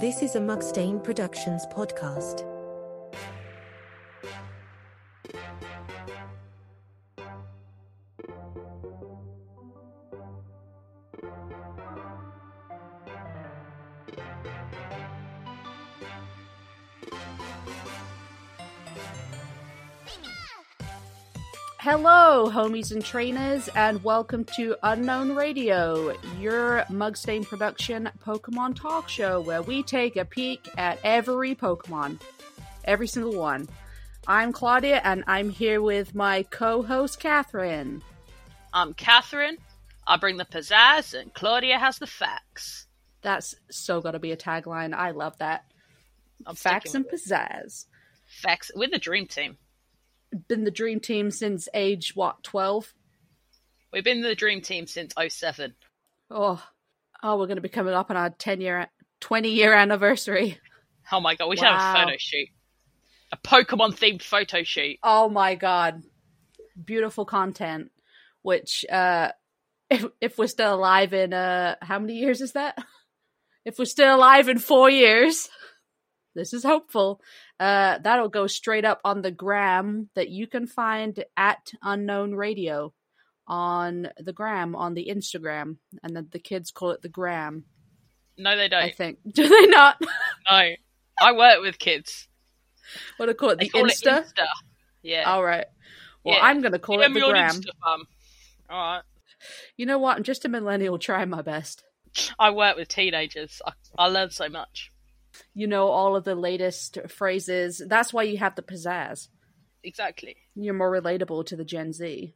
This is a Mugstain Productions podcast. Hello, homies and trainers, and welcome to Unknown Radio, your Mugstain production Pokemon talk show where we take a peek at every Pokemon, every single one. I'm Claudia, and I'm here with my co host, Catherine. I'm Catherine. I bring the pizzazz, and Claudia has the facts. That's so gotta be a tagline. I love that. I'm Facts and sticking with pizzazz. it. facts. We're the dream team. Been the dream team since age, what, 12? We've been the dream team since 07. Oh, oh we're gonna be coming up on our 10 year, 20 year anniversary. Oh my god, we should have a Wow. photo shoot, a Pokemon themed photo shoot. oh my god beautiful content which uh if, if we're still alive in uh how many years is that if we're still alive in four years this is hopeful uh that'll go straight up on the gram that you can find at unknown radio on the gram on the instagram and then the kids call it the gram No, they i don't. think do they not No, I work with kids. what do they call it They the call insta? it Insta. Yeah. all right well Yeah. i'm gonna call DM it the me on gram Insta, fam. All right. you know what i'm just a millennial trying my best I work with teenagers. I, I learn so much. you know all of the latest phrases. That's why you have the pizzazz. Exactly. You're more relatable to the Gen Z.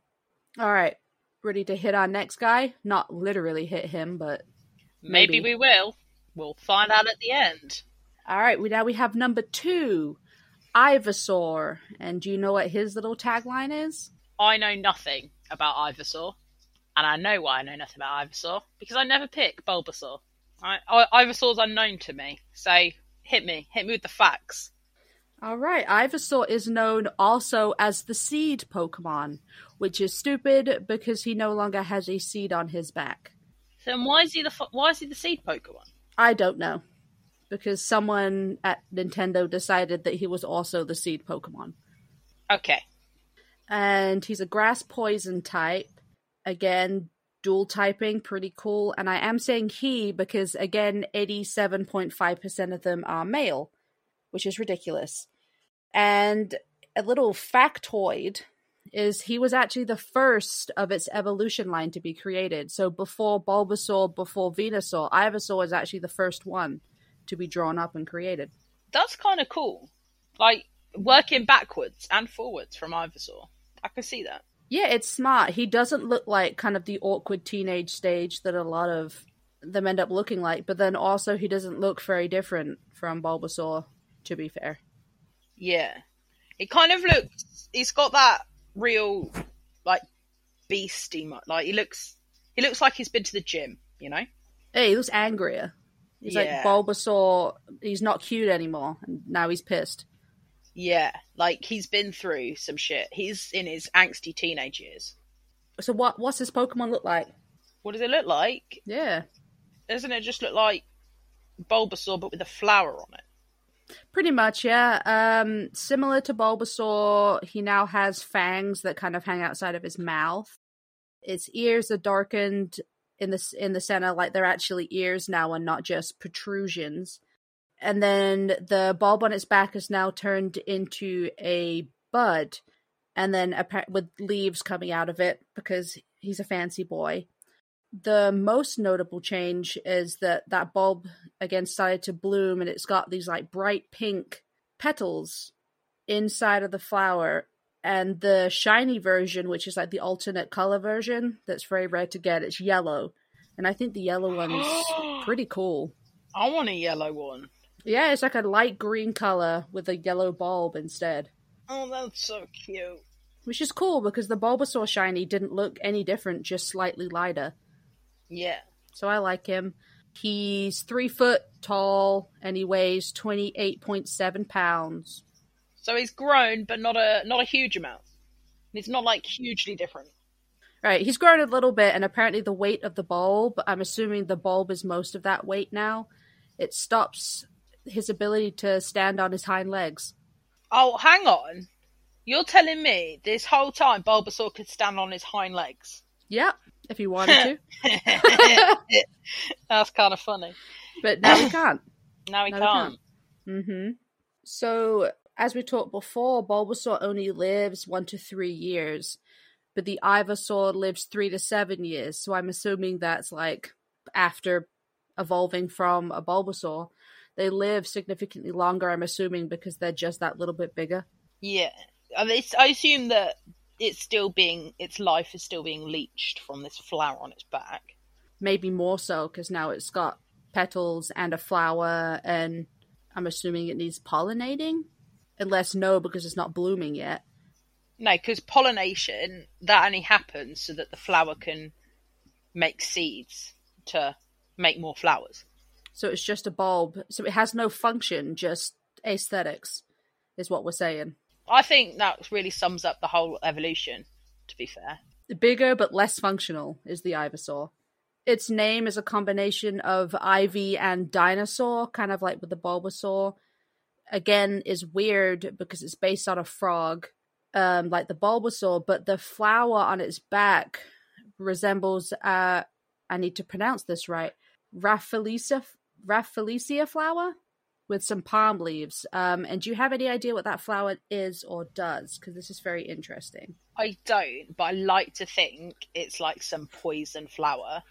All right, ready to hit our next guy? Not literally hit him, but Maybe. Maybe, we will. We'll find out at the end. all right. We now we have number two, Ivysaur, and do you know what his little tagline is? I know nothing about Ivysaur, and I know why I know nothing about Ivysaur because I never pick Bulbasaur. I, I, Ivysaur's unknown to me, so hit me, hit me with the facts. All right, Ivysaur is known also as the seed Pokemon, which is stupid because he no longer has a seed on his back. Then why is he the fu- why is he the seed Pokemon? I don't know. Because someone at Nintendo decided that he was also the seed Pokemon. Okay, And he's a grass poison type. Again, dual typing, pretty cool. And I am saying he because, again, 87.5% of them are male, which is ridiculous. And a little factoid is he was actually the first of its evolution line to be created. So before Bulbasaur, before Venusaur, Ivysaur is actually the first one to be drawn up and created. that's kind of cool. Like working backwards and forwards from Ivysaur, I can see that. Yeah, it's smart. He doesn't look like kind of the awkward teenage stage that a lot of them end up looking like, but then also he doesn't look very different from Bulbasaur, to be fair. Yeah, it kind of looks. He's got that real like beastie. mo- Like he looks, he looks like he's been to the gym. You know. Hey, he looks angrier. He's Yeah. like Bulbasaur, he's not cute anymore, and now he's pissed. Yeah, like he's been through some shit. He's in his angsty teenage years. So what what's his Pokemon look like? What does it look like? Yeah. Doesn't it just look like Bulbasaur but with a flower on it? Pretty much, yeah. Um similar to Bulbasaur, he now has fangs that kind of hang outside of his mouth. Its ears are darkened in the s- in the center like they're actually ears now and not just protrusions. And then the bulb on its back is now turned into a bud and then appa- with leaves coming out of it because he's a fancy boy. The most notable change is that that bulb again started to bloom and it's got these like bright pink petals inside of the flower and the shiny version which is like the alternate color version that's very rare to get it's yellow and i think the yellow one's Um, pretty cool I want a yellow one. yeah it's like a light green color with a yellow bulb instead Oh, that's so cute. which is cool because the bulbasaur shiny didn't look any different just slightly lighter Yeah. So I like him. He's three foot tall and he weighs 28.7 pounds. So he's grown but not a not a huge amount. He's not like hugely different. Right, he's grown a little bit, and apparently the weight of the bulb, I'm assuming the bulb is most of that weight now. It stops his ability to stand on his hind legs. Oh, hang on. You're telling me this whole time Bulbasaur could stand on his hind legs? Yep, if he wanted to. That's kind of funny. but now he can't. Now he No, they can't. hmm So, as we talked before, Bulbasaur only lives one to three years, but the Ivysaur lives three to seven years. So, I'm assuming that's like after evolving from a Bulbasaur. They live significantly longer, I'm assuming, because they're just that little bit bigger. Yeah. I, mean, it's- I assume that it's still being its life is still being leached from this flower on its back. Maybe more so, because now it's got petals and a flower, and I'm assuming it needs pollinating. Unless no, because it's not blooming yet. No, because pollination that only happens so that the flower can make seeds to make more flowers. So it's just a bulb. So it has no function, just aesthetics, is what we're saying. I think that really sums up the whole evolution. To be fair, Bigger but less functional is the Ivysaur. Its name is a combination of ivy and dinosaur, kind of like with the Bulbasaur. Again, is weird because it's based on a frog, um, like the Bulbasaur, but the flower on its back resembles. Uh, I need to pronounce this right. Rafflesia, Rafflesia flower with some palm leaves. Um, and do you have any idea what that flower is or does? Because this is very interesting. I don't, but I like to think it's like some poison flower,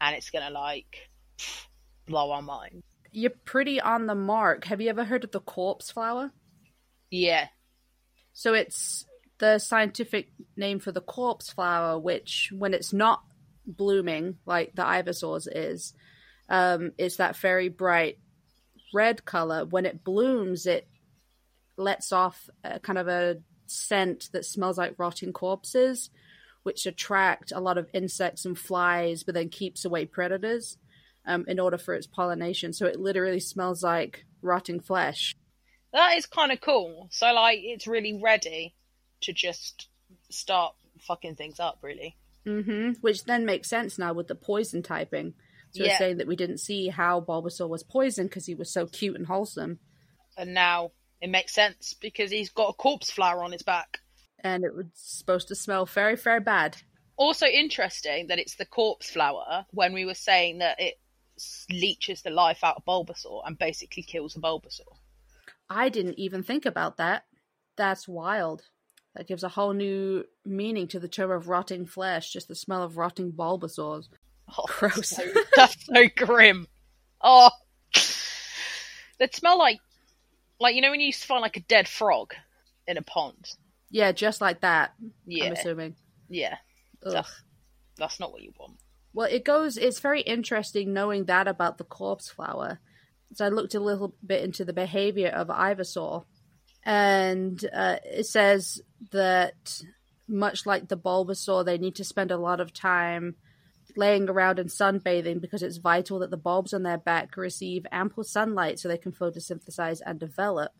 and it's gonna like pff, blow our mind. You're pretty on the mark. Have you ever heard of the corpse flower? Yeah, So it's the scientific name for the corpse flower, which, when it's not blooming like the ivysaurs is, um, it's that very bright red color. When it blooms, it lets off a kind of a scent that smells like rotting corpses, which attract a lot of insects and flies, but then keeps away predators um, in order for its pollination. So it literally smells like rotting flesh. that is kind of cool. So like, it's really ready to just start fucking things up. Really, hmm Which then makes sense now with the poison typing. So Yeah. it's saying that we didn't see how Bulbasaur was poisoned because he was so cute and wholesome, and now it makes sense because he's got a corpse flower on his back. and it was supposed to smell very, very bad. also interesting that it's the corpse flower when we were saying that it s- leeches the life out of Bulbasaur and basically kills a Bulbasaur. I didn't even think about that. That's wild. That gives a whole new meaning to the term of rotting flesh. Just the smell of rotting Bulbasaurs. Oh, Gross. That's so, that's so grim. Oh, they smell like like you know when you find like a dead frog in a pond. Yeah, just like that. I'm Yeah, assuming. yeah. Ugh. Ugh. That's not what you want. Well, it goes. It's very interesting knowing that about the corpse flower. So I looked a little bit into the behavior of Ivysaur, and uh, it says that much like the Bulbasaur, they need to spend a lot of time laying around and sunbathing because it's vital that the bulbs on their back receive ample sunlight so they can photosynthesize and develop.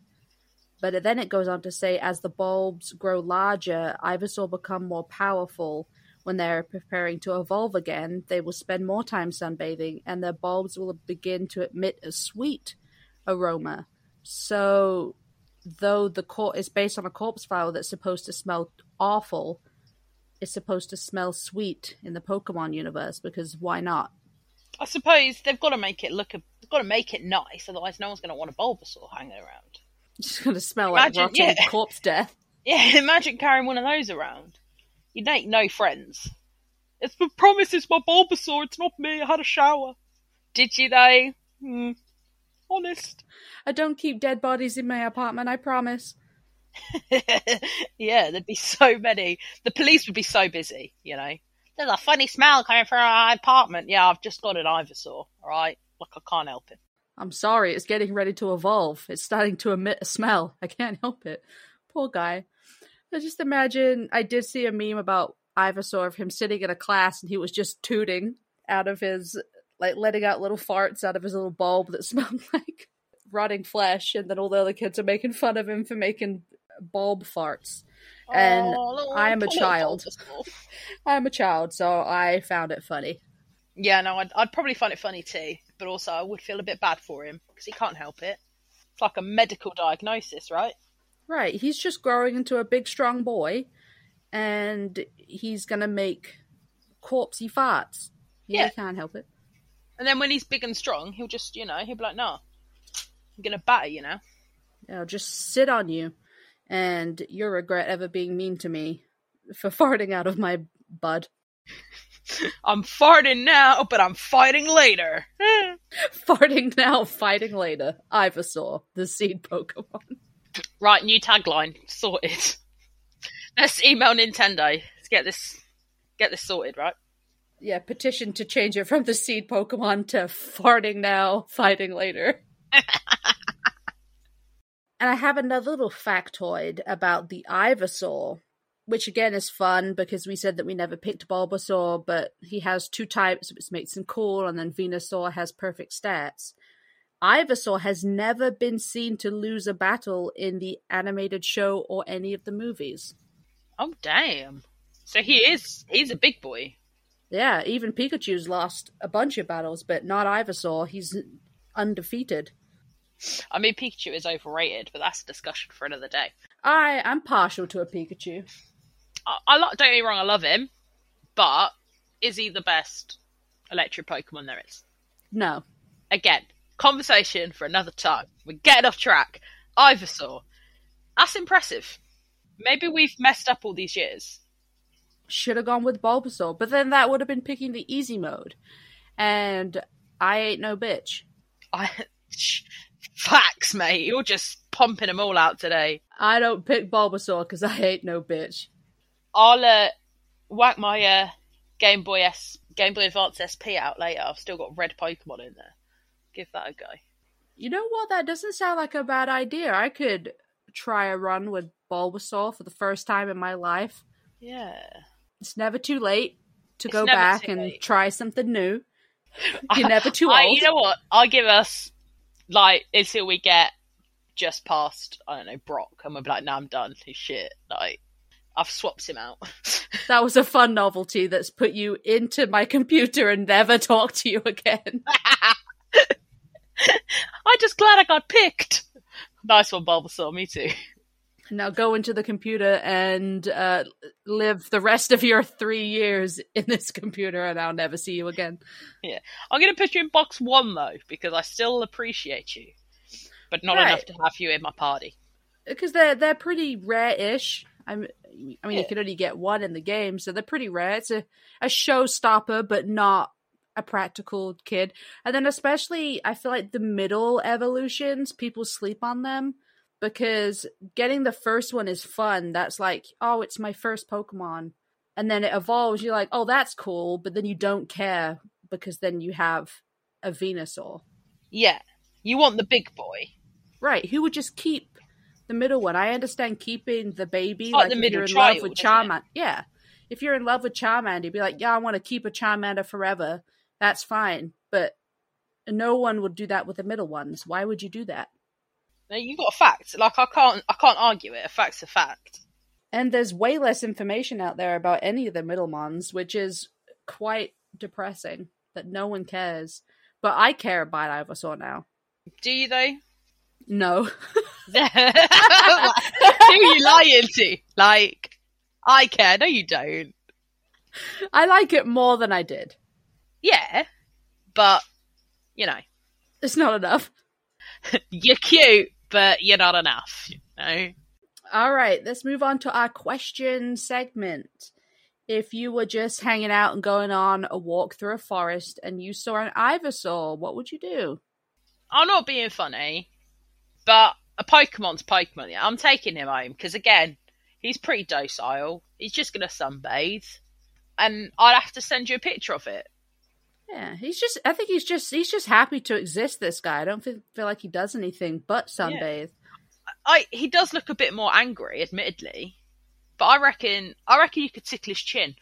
But then it goes on to say, as the bulbs grow larger, Ivysaur become more powerful. When they're preparing to evolve again, they will spend more time sunbathing, and their bulbs will begin to emit a sweet aroma. So, though the cor- is based on a corpse flower that's supposed to smell awful, it's supposed to smell sweet in the Pokemon universe because why not? I suppose they've got to make it look. A, they've got to make it nice, otherwise no one's going to want a Bulbasaur hanging around. It's just gonna smell like Imagine- rotting yeah. corpse death. Yeah, imagine carrying one of those around. You'd make no friends. It's the promise, it's my Bulbasaur, it's not me, I had a shower. Did you though? Hmm. Honest. I don't keep dead bodies in my apartment. I promise. yeah, there'd be so many. The police would be so busy, you know. There's a funny smell coming from our apartment. Yeah, I've just got an Ivysaur, alright? Like, I can't help it. I'm sorry, it's getting ready to evolve. It's starting to emit a smell. I can't help it. Poor guy. I just imagine I did see a meme about Ivysaur of him sitting in a class and he was just tooting out of his like letting out little farts out of his little bulb that smelled like rotting flesh and then all the other kids are making fun of him for making bulb farts. And little- I am a poor little child. Bulbasaur. I'm a child, so I found it funny. Yeah, no, I'd, I'd probably find it funny too, but also I would feel a bit bad for him because he can't help it. It's like a medical diagnosis, right? Right. He's just growing into a big, strong boy, and he's gonna make corpsey farts. Yeah, Yeah. he can't help it. And then when he's big and strong, he'll just, you know, he'll be like, nah, I'm going to batter you now. I'll just sit on you, and you'll regret ever being mean to me for farting out of my bud. I'm farting now, but I'm fighting later. Farting now, fighting later. Ivysaur, the seed Pokemon. right, new tagline sorted. Let's email Nintendo. Let's get this get this sorted, right? Yeah, petition to change it from the seed Pokemon to farting now, fighting later. and I have another little factoid about the Ivysaur, which again is fun because we said that we never picked Bulbasaur, but he has two types, which makes him cool, and then Venusaur has perfect stats. Ivysaur has never been seen to lose a battle in the animated show or any of the movies. Oh damn. So he is he's a big boy. Yeah, even Pikachu's lost a bunch of battles, but not Ivysaur. He's undefeated. I mean Pikachu is overrated, but that's a discussion for another day. I am partial to a Pikachu. I, I lo- don't get me wrong, I love him, but is he the best electric Pokemon there is? No. Again, conversation for another time. We're getting off track. Ivysaur. That's impressive. Maybe we've messed up all these years. Should have gone with Bulbasaur, but then that would have been picking the easy mode. And I ain't no bitch. I facts, mate. You're just pumping them all out today. I don't pick Bulbasaur because I ain't no bitch. I'll uh, whack my uh, Game Boy S, Game Boy Advance SP out later. I've still got red Pokemon in there. Give that a go. You know what? That doesn't sound like a bad idea. I could try a run with Bulbasaur for the first time in my life. Yeah. It's never too late to It's go never back too and late. try something new. You're never too I, old. you know what? I'll give us like until we get just past I don't know Brock, and we'll be like, "No, I'm done. He's shit." Like I've swapped him out. That was a fun novelty that's put you into my computer and never talk to you again. I'm just glad I got picked. Nice one, Bulbasaur. Me too. Now go into the computer and uh, live the rest of your three years in this computer, and I'll never see you again. I'm going to put you in box one though, because I still appreciate you, but not Right. enough to have you in my party. Because they're they're pretty rare-ish. I'm, I mean, you Yeah. can only get one in the game, so they're pretty rare. It's a a showstopper, but not a practical kid. And then especially, I feel like the middle evolutions, people sleep on them because getting the first one is fun. That's like, oh, it's my first Pokemon. And then it evolves. You're like, oh, that's cool. But then you don't care because then you have a Venusaur. Yeah, you want the big boy. Right. Who would just keep the middle one? I understand keeping the baby. It's like Oh, the if middle you're in love child, with isn't it? Charmander. Yeah. If you're in love with Charmander, you'd be like, yeah, I want to keep a Charmander forever. That's fine. But no one would do that with the middle ones. Why would you do that? Now you got facts. Like I can't, I can't argue it. A fact's a fact. And there's way less information out there about any of the middle ones, which is quite depressing that no one cares. But I care about Ivysaur now. Do you though? No. Who are you lying to? Like I care. No, you don't. I like it more than I did. Yeah, but you know, It's not enough. you're cute, but you're not enough. You know? All right, let's move on to our question segment. If you were just hanging out and going on a walk through a forest and you saw an Ivysaur, what would you do? I'm not being funny, but a Pokemon's Pokemon. Yeah, I'm taking him home because again, he's pretty docile. He's just gonna sunbathe, and I'd have to send you a picture of it. Yeah, he's just I think he's just he's just happy to exist this guy. I don't feel, feel like he does anything but sunbathe. I he does look a bit more angry, admittedly, but I reckon I reckon you could tickle his chin.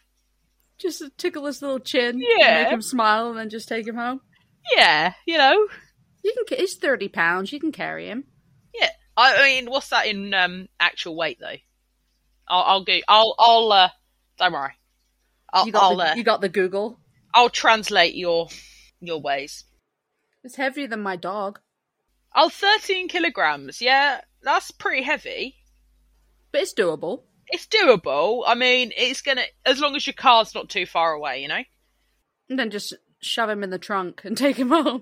Just tickle his little chin, Yeah. make him smile and then just take him home. Yeah, you know. You can ca- he's 30 pounds, you can carry him. Yeah, I, I mean, what's that in um, actual weight though? I'll, I'll go. I'll. I'll. Uh, don't worry. I'll. You got I'll, the, uh, you got the Google. I'll translate your your ways. It's heavier than my dog. Oh, 13 kilograms. Yeah, that's pretty heavy. But it's doable. It's doable. I mean, it's gonna as long as your car's not too far away, you know. And then just shove him in the trunk and take him home.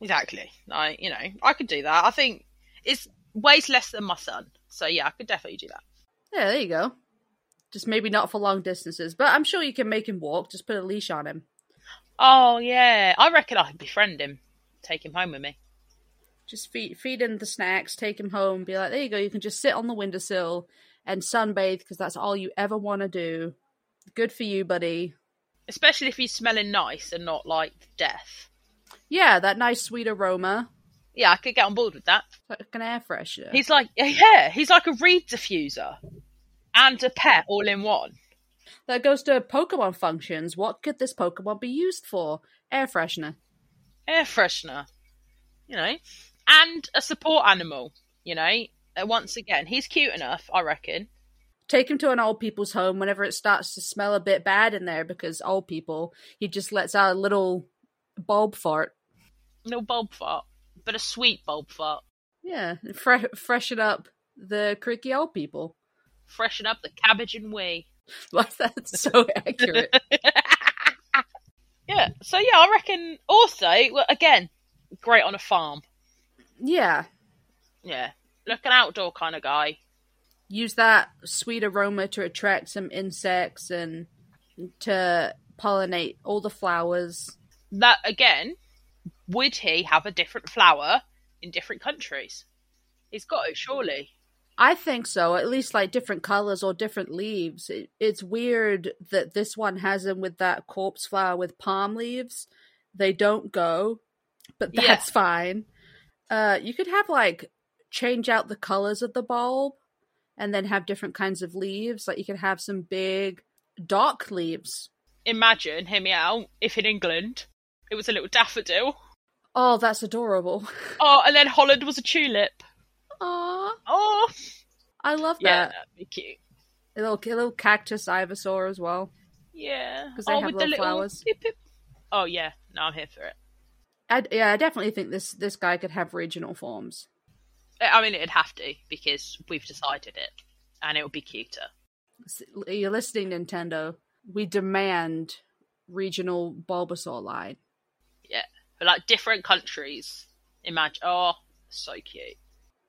Exactly. I, you know, I could do that. I think it's weighs less than my son, so yeah, I could definitely do that. Yeah, there you go. Just maybe not for long distances, but I'm sure you can make him walk. Just put a leash on him. Oh yeah, I reckon I could befriend him, take him home with me. Just feed feed him the snacks, take him home, be like, there you go. You can just sit on the windowsill and sunbathe because that's all you ever want to do. Good for you, buddy. Especially if he's smelling nice and not like death. Yeah, that nice sweet aroma, Yeah, I could get on board with that. like an air freshener. He's like, yeah, he's like a reed diffuser and a pet all in one. that goes to Pokemon functions. What could this Pokemon be used for? Air freshener. air freshener, you know, and a support animal, you know. Uh, Once again, he's cute enough, I reckon. Take him to an old people's home whenever it starts to smell a bit bad in there because old people, he just lets out a little bulb fart. No bulb fart, but a sweet bulb fart. Yeah, fre- freshen up the creaky old people. Freshen up the cabbage and wee. Like that's so accurate. Yeah, so yeah, I reckon also, well, again, great on a farm. Yeah, Yeah, look, an outdoor kind of guy. use that sweet aroma to attract some insects and to pollinate all the flowers. That, again, would he have a different flower in different countries? He's got it, surely. I think so. At least like different colors or different leaves. It, it's weird that this one has them with that corpse flower with palm leaves. They don't go, but Yeah. that's fine. Uh, you could have like change out the colors of the bulb, and then have different kinds of leaves. Like you could have some big dark leaves. Imagine him out if in England it was a little daffodil. Oh, that's adorable. Oh, and then Holland was a tulip. Aw, Oh, I love yeah, that. that'd be cute. A little, a little cactus ivysaur as well. Yeah, 'Cause they oh, have little flowers. Pip, pip. Oh yeah, no, I'm here for it. I, yeah, I definitely think this this guy could have regional forms. I I mean, it'd have to because we've decided it, and it would be cuter. S- You're listening, Nintendo. We demand regional Bulbasaur line. Yeah, but like different countries. Imagine, oh, so cute.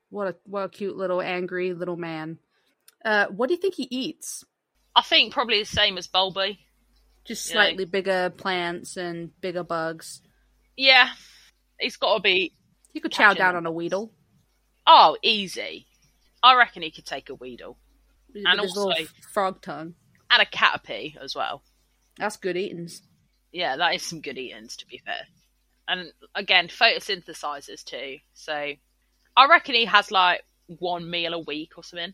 What a what a cute little angry little man. Uh, what do you think he eats? I think probably the same as Bulby. Just Yeah. slightly bigger plants and bigger bugs. Yeah, he's got to be. You could chow Catching down on them. a Weedle. Oh, easy. I reckon he could take a Weedle with And his little also- f- frog tongue. and a Caterpie as well. That's good eatings. yeah, that is some good eatings to be fair. And again, photosynthesizers too. So I reckon he has like one meal a week or something.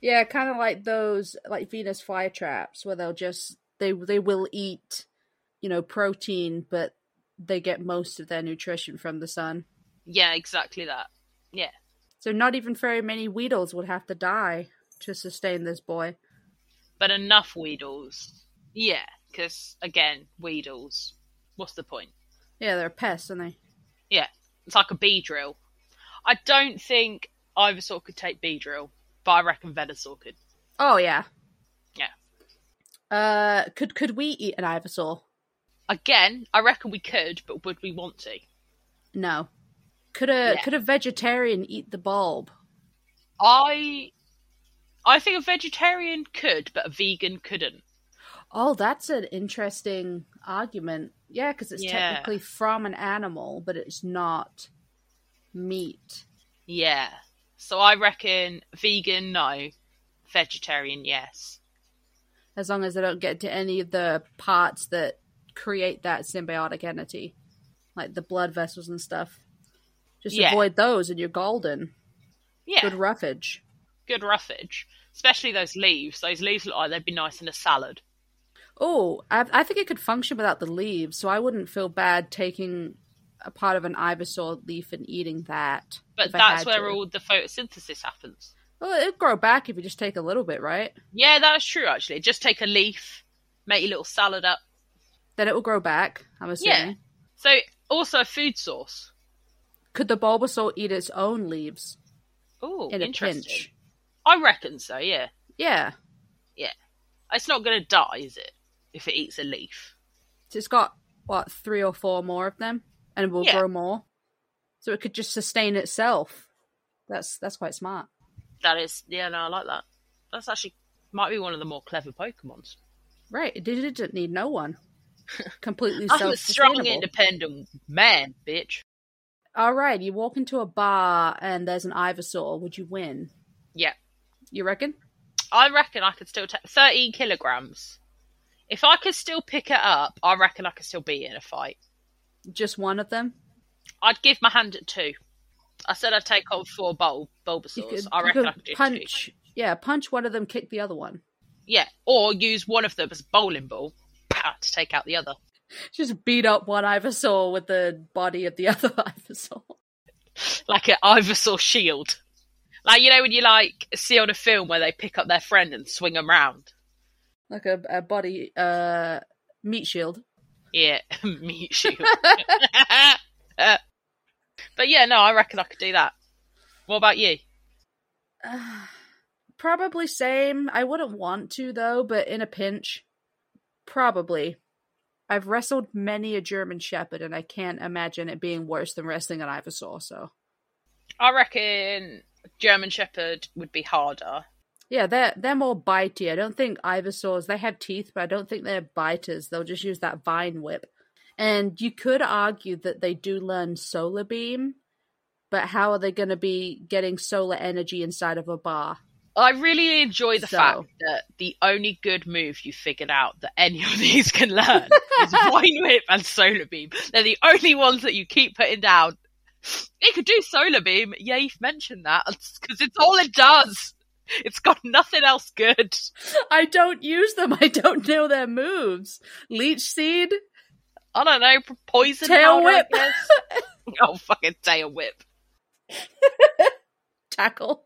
Yeah, kind of like those like Venus flytraps where they'll just they they will eat, you know, protein, but they get most of their nutrition from the sun. Yeah, exactly that. Yeah. So not even very many Weedles would have to die to sustain this boy. But enough Weedles. Yeah, because again, Weedles. What's the point? Yeah, they're pests, aren't they? Yeah, it's like a bee drill. I don't think Ivysaur could take bee drill, but I reckon Venusaur could. Oh yeah. Yeah. Uh, could could we eat an Ivysaur? Again, I reckon we could, but would we want to? No. Could a Yeah. could a vegetarian eat the bulb? I I think a vegetarian could, but a vegan couldn't. Oh, that's an interesting argument. Yeah, because it's Yeah. technically from an animal, but it's not meat. Yeah. So I reckon vegan no, vegetarian yes. As long as they don't get to any of the parts that create that symbiotic entity, like the blood vessels and stuff. Just Yeah. avoid those, and you're golden. Yeah, Good good, roughage. roughage, especially those leaves. Those leaves look like they'd be nice in a salad. Oh, I, I think it could function without the leaves, so I wouldn't feel bad taking a part of an ivysaur leaf and eating that. But if I that's had where to. all the photosynthesis happens. Well, it'd grow back if you just take a little bit, right? Yeah, that's true. Actually, just take a leaf, make your little salad up. Then it will grow back. I'm assuming. Yeah. So also a food source. Could the Bulbasaur eat its own leaves Ooh, in a interesting. pinch? I reckon so. Yeah, Yeah. it's not going to die, is it? If it eats a leaf. So it's got what three or four more of them, and it will Yeah. grow more. So it could just sustain itself. That's that's quite smart. That is, yeah, no, I like that. That's actually might be one of the more clever Pokemons. Right? It did- it didn't need no one. Completely I'm a strong, self-sustainable. independent man, bitch. All right, you walk into a bar and there's an Ivysaur. Would you win? Yeah, You reckon? I reckon I could still take 13 kilograms. If I could still pick it up, I reckon I could still be in a fight. Just one of them? I'd give my hand at two. I said I'd take on four Bul- Bulbasaurs. I reckon I could do two. punch. Yeah, punch one of them, kick the other one. Yeah, or use one of them as a bowling ball pow, to take out the other. Just beat up one Ivysaur with the body of the other Ivysaur. Like an Ivysaur shield. Like, you know, when you like see on a film where they pick up their friend and swing them round. Like a, a body uh meat shield. Yeah, meat shield. but yeah, no, I reckon I could do that. What about you? Uh, probably same. I wouldn't want to though, but in a pinch, probably. I've wrestled many a German Shepherd, and I can't imagine it being worse than wrestling an Ivysaur. So, I reckon German Shepherd would be harder. yeah, they're they're more bitey. I don't think Ivysaurs. They have teeth, but I don't think they're biters. They'll just use that vine whip. And you could argue that they do learn solar beam, but how are they going to be getting solar energy inside of a bar? I really enjoy the So- fact that the only good move you figured out that any of these can learn is Vine Whip and Solar Beam. They're the only ones that you keep putting down. It could do Solar Beam. Yeah, you've mentioned that because it's all it does. It's got nothing else good. I don't use them. I don't know their moves. Leech seed. I don't know, poison Tail powder, whip. I guess. oh, fucking tail whip. tackle.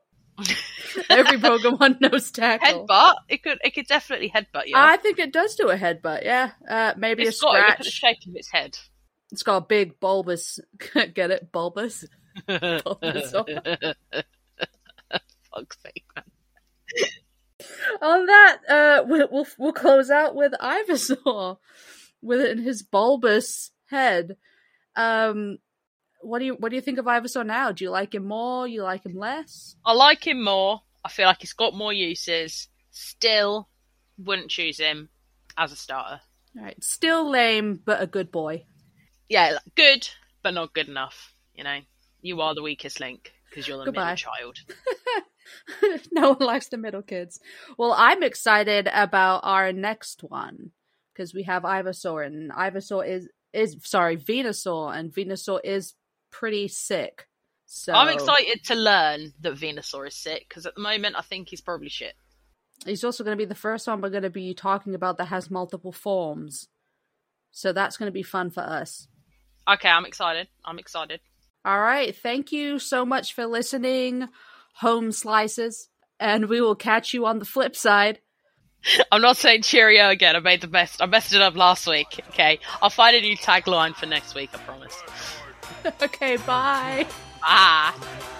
Every Pokemon knows tackle. Headbutt. It could. It could definitely headbutt you. I think it does do a headbutt. Yeah, uh, maybe it's a got. Look at the scratch. shape of its head. It's got a big bulbous. Get it, bulbous. Bulbasaur. Fuck's sake, man. On that, uh, we'll, we'll we'll close out with Ivysaur, with it in his bulbous head. Um, what do you what do you think of Ivysaur now? Do you like him more? You like him less? I like him more. I feel like he's got more uses. Still, wouldn't choose him as a starter. All right, still lame, but a good boy. Yeah, like, good, but not good enough. You know, you are the weakest link because you're the Goodbye. middle child. no one likes the middle kids. Well, I'm excited about our next one because we have Ivysaur, and Ivysaur is is sorry Venusaur, and Venusaur is pretty sick. So I'm excited to learn that Venusaur is sick because at the moment I think he's probably shit. He's also going to be the first one we're going to be talking about that has multiple forms. So that's going to be fun for us. Okay, I'm excited. I'm excited. All right, thank you so much for listening, home slices, and we will catch you on the flip side. I'm not saying cheerio again. I made the best. I messed it up last week. Okay, I'll find a new tagline for next week. I promise. okay, bye. Ah.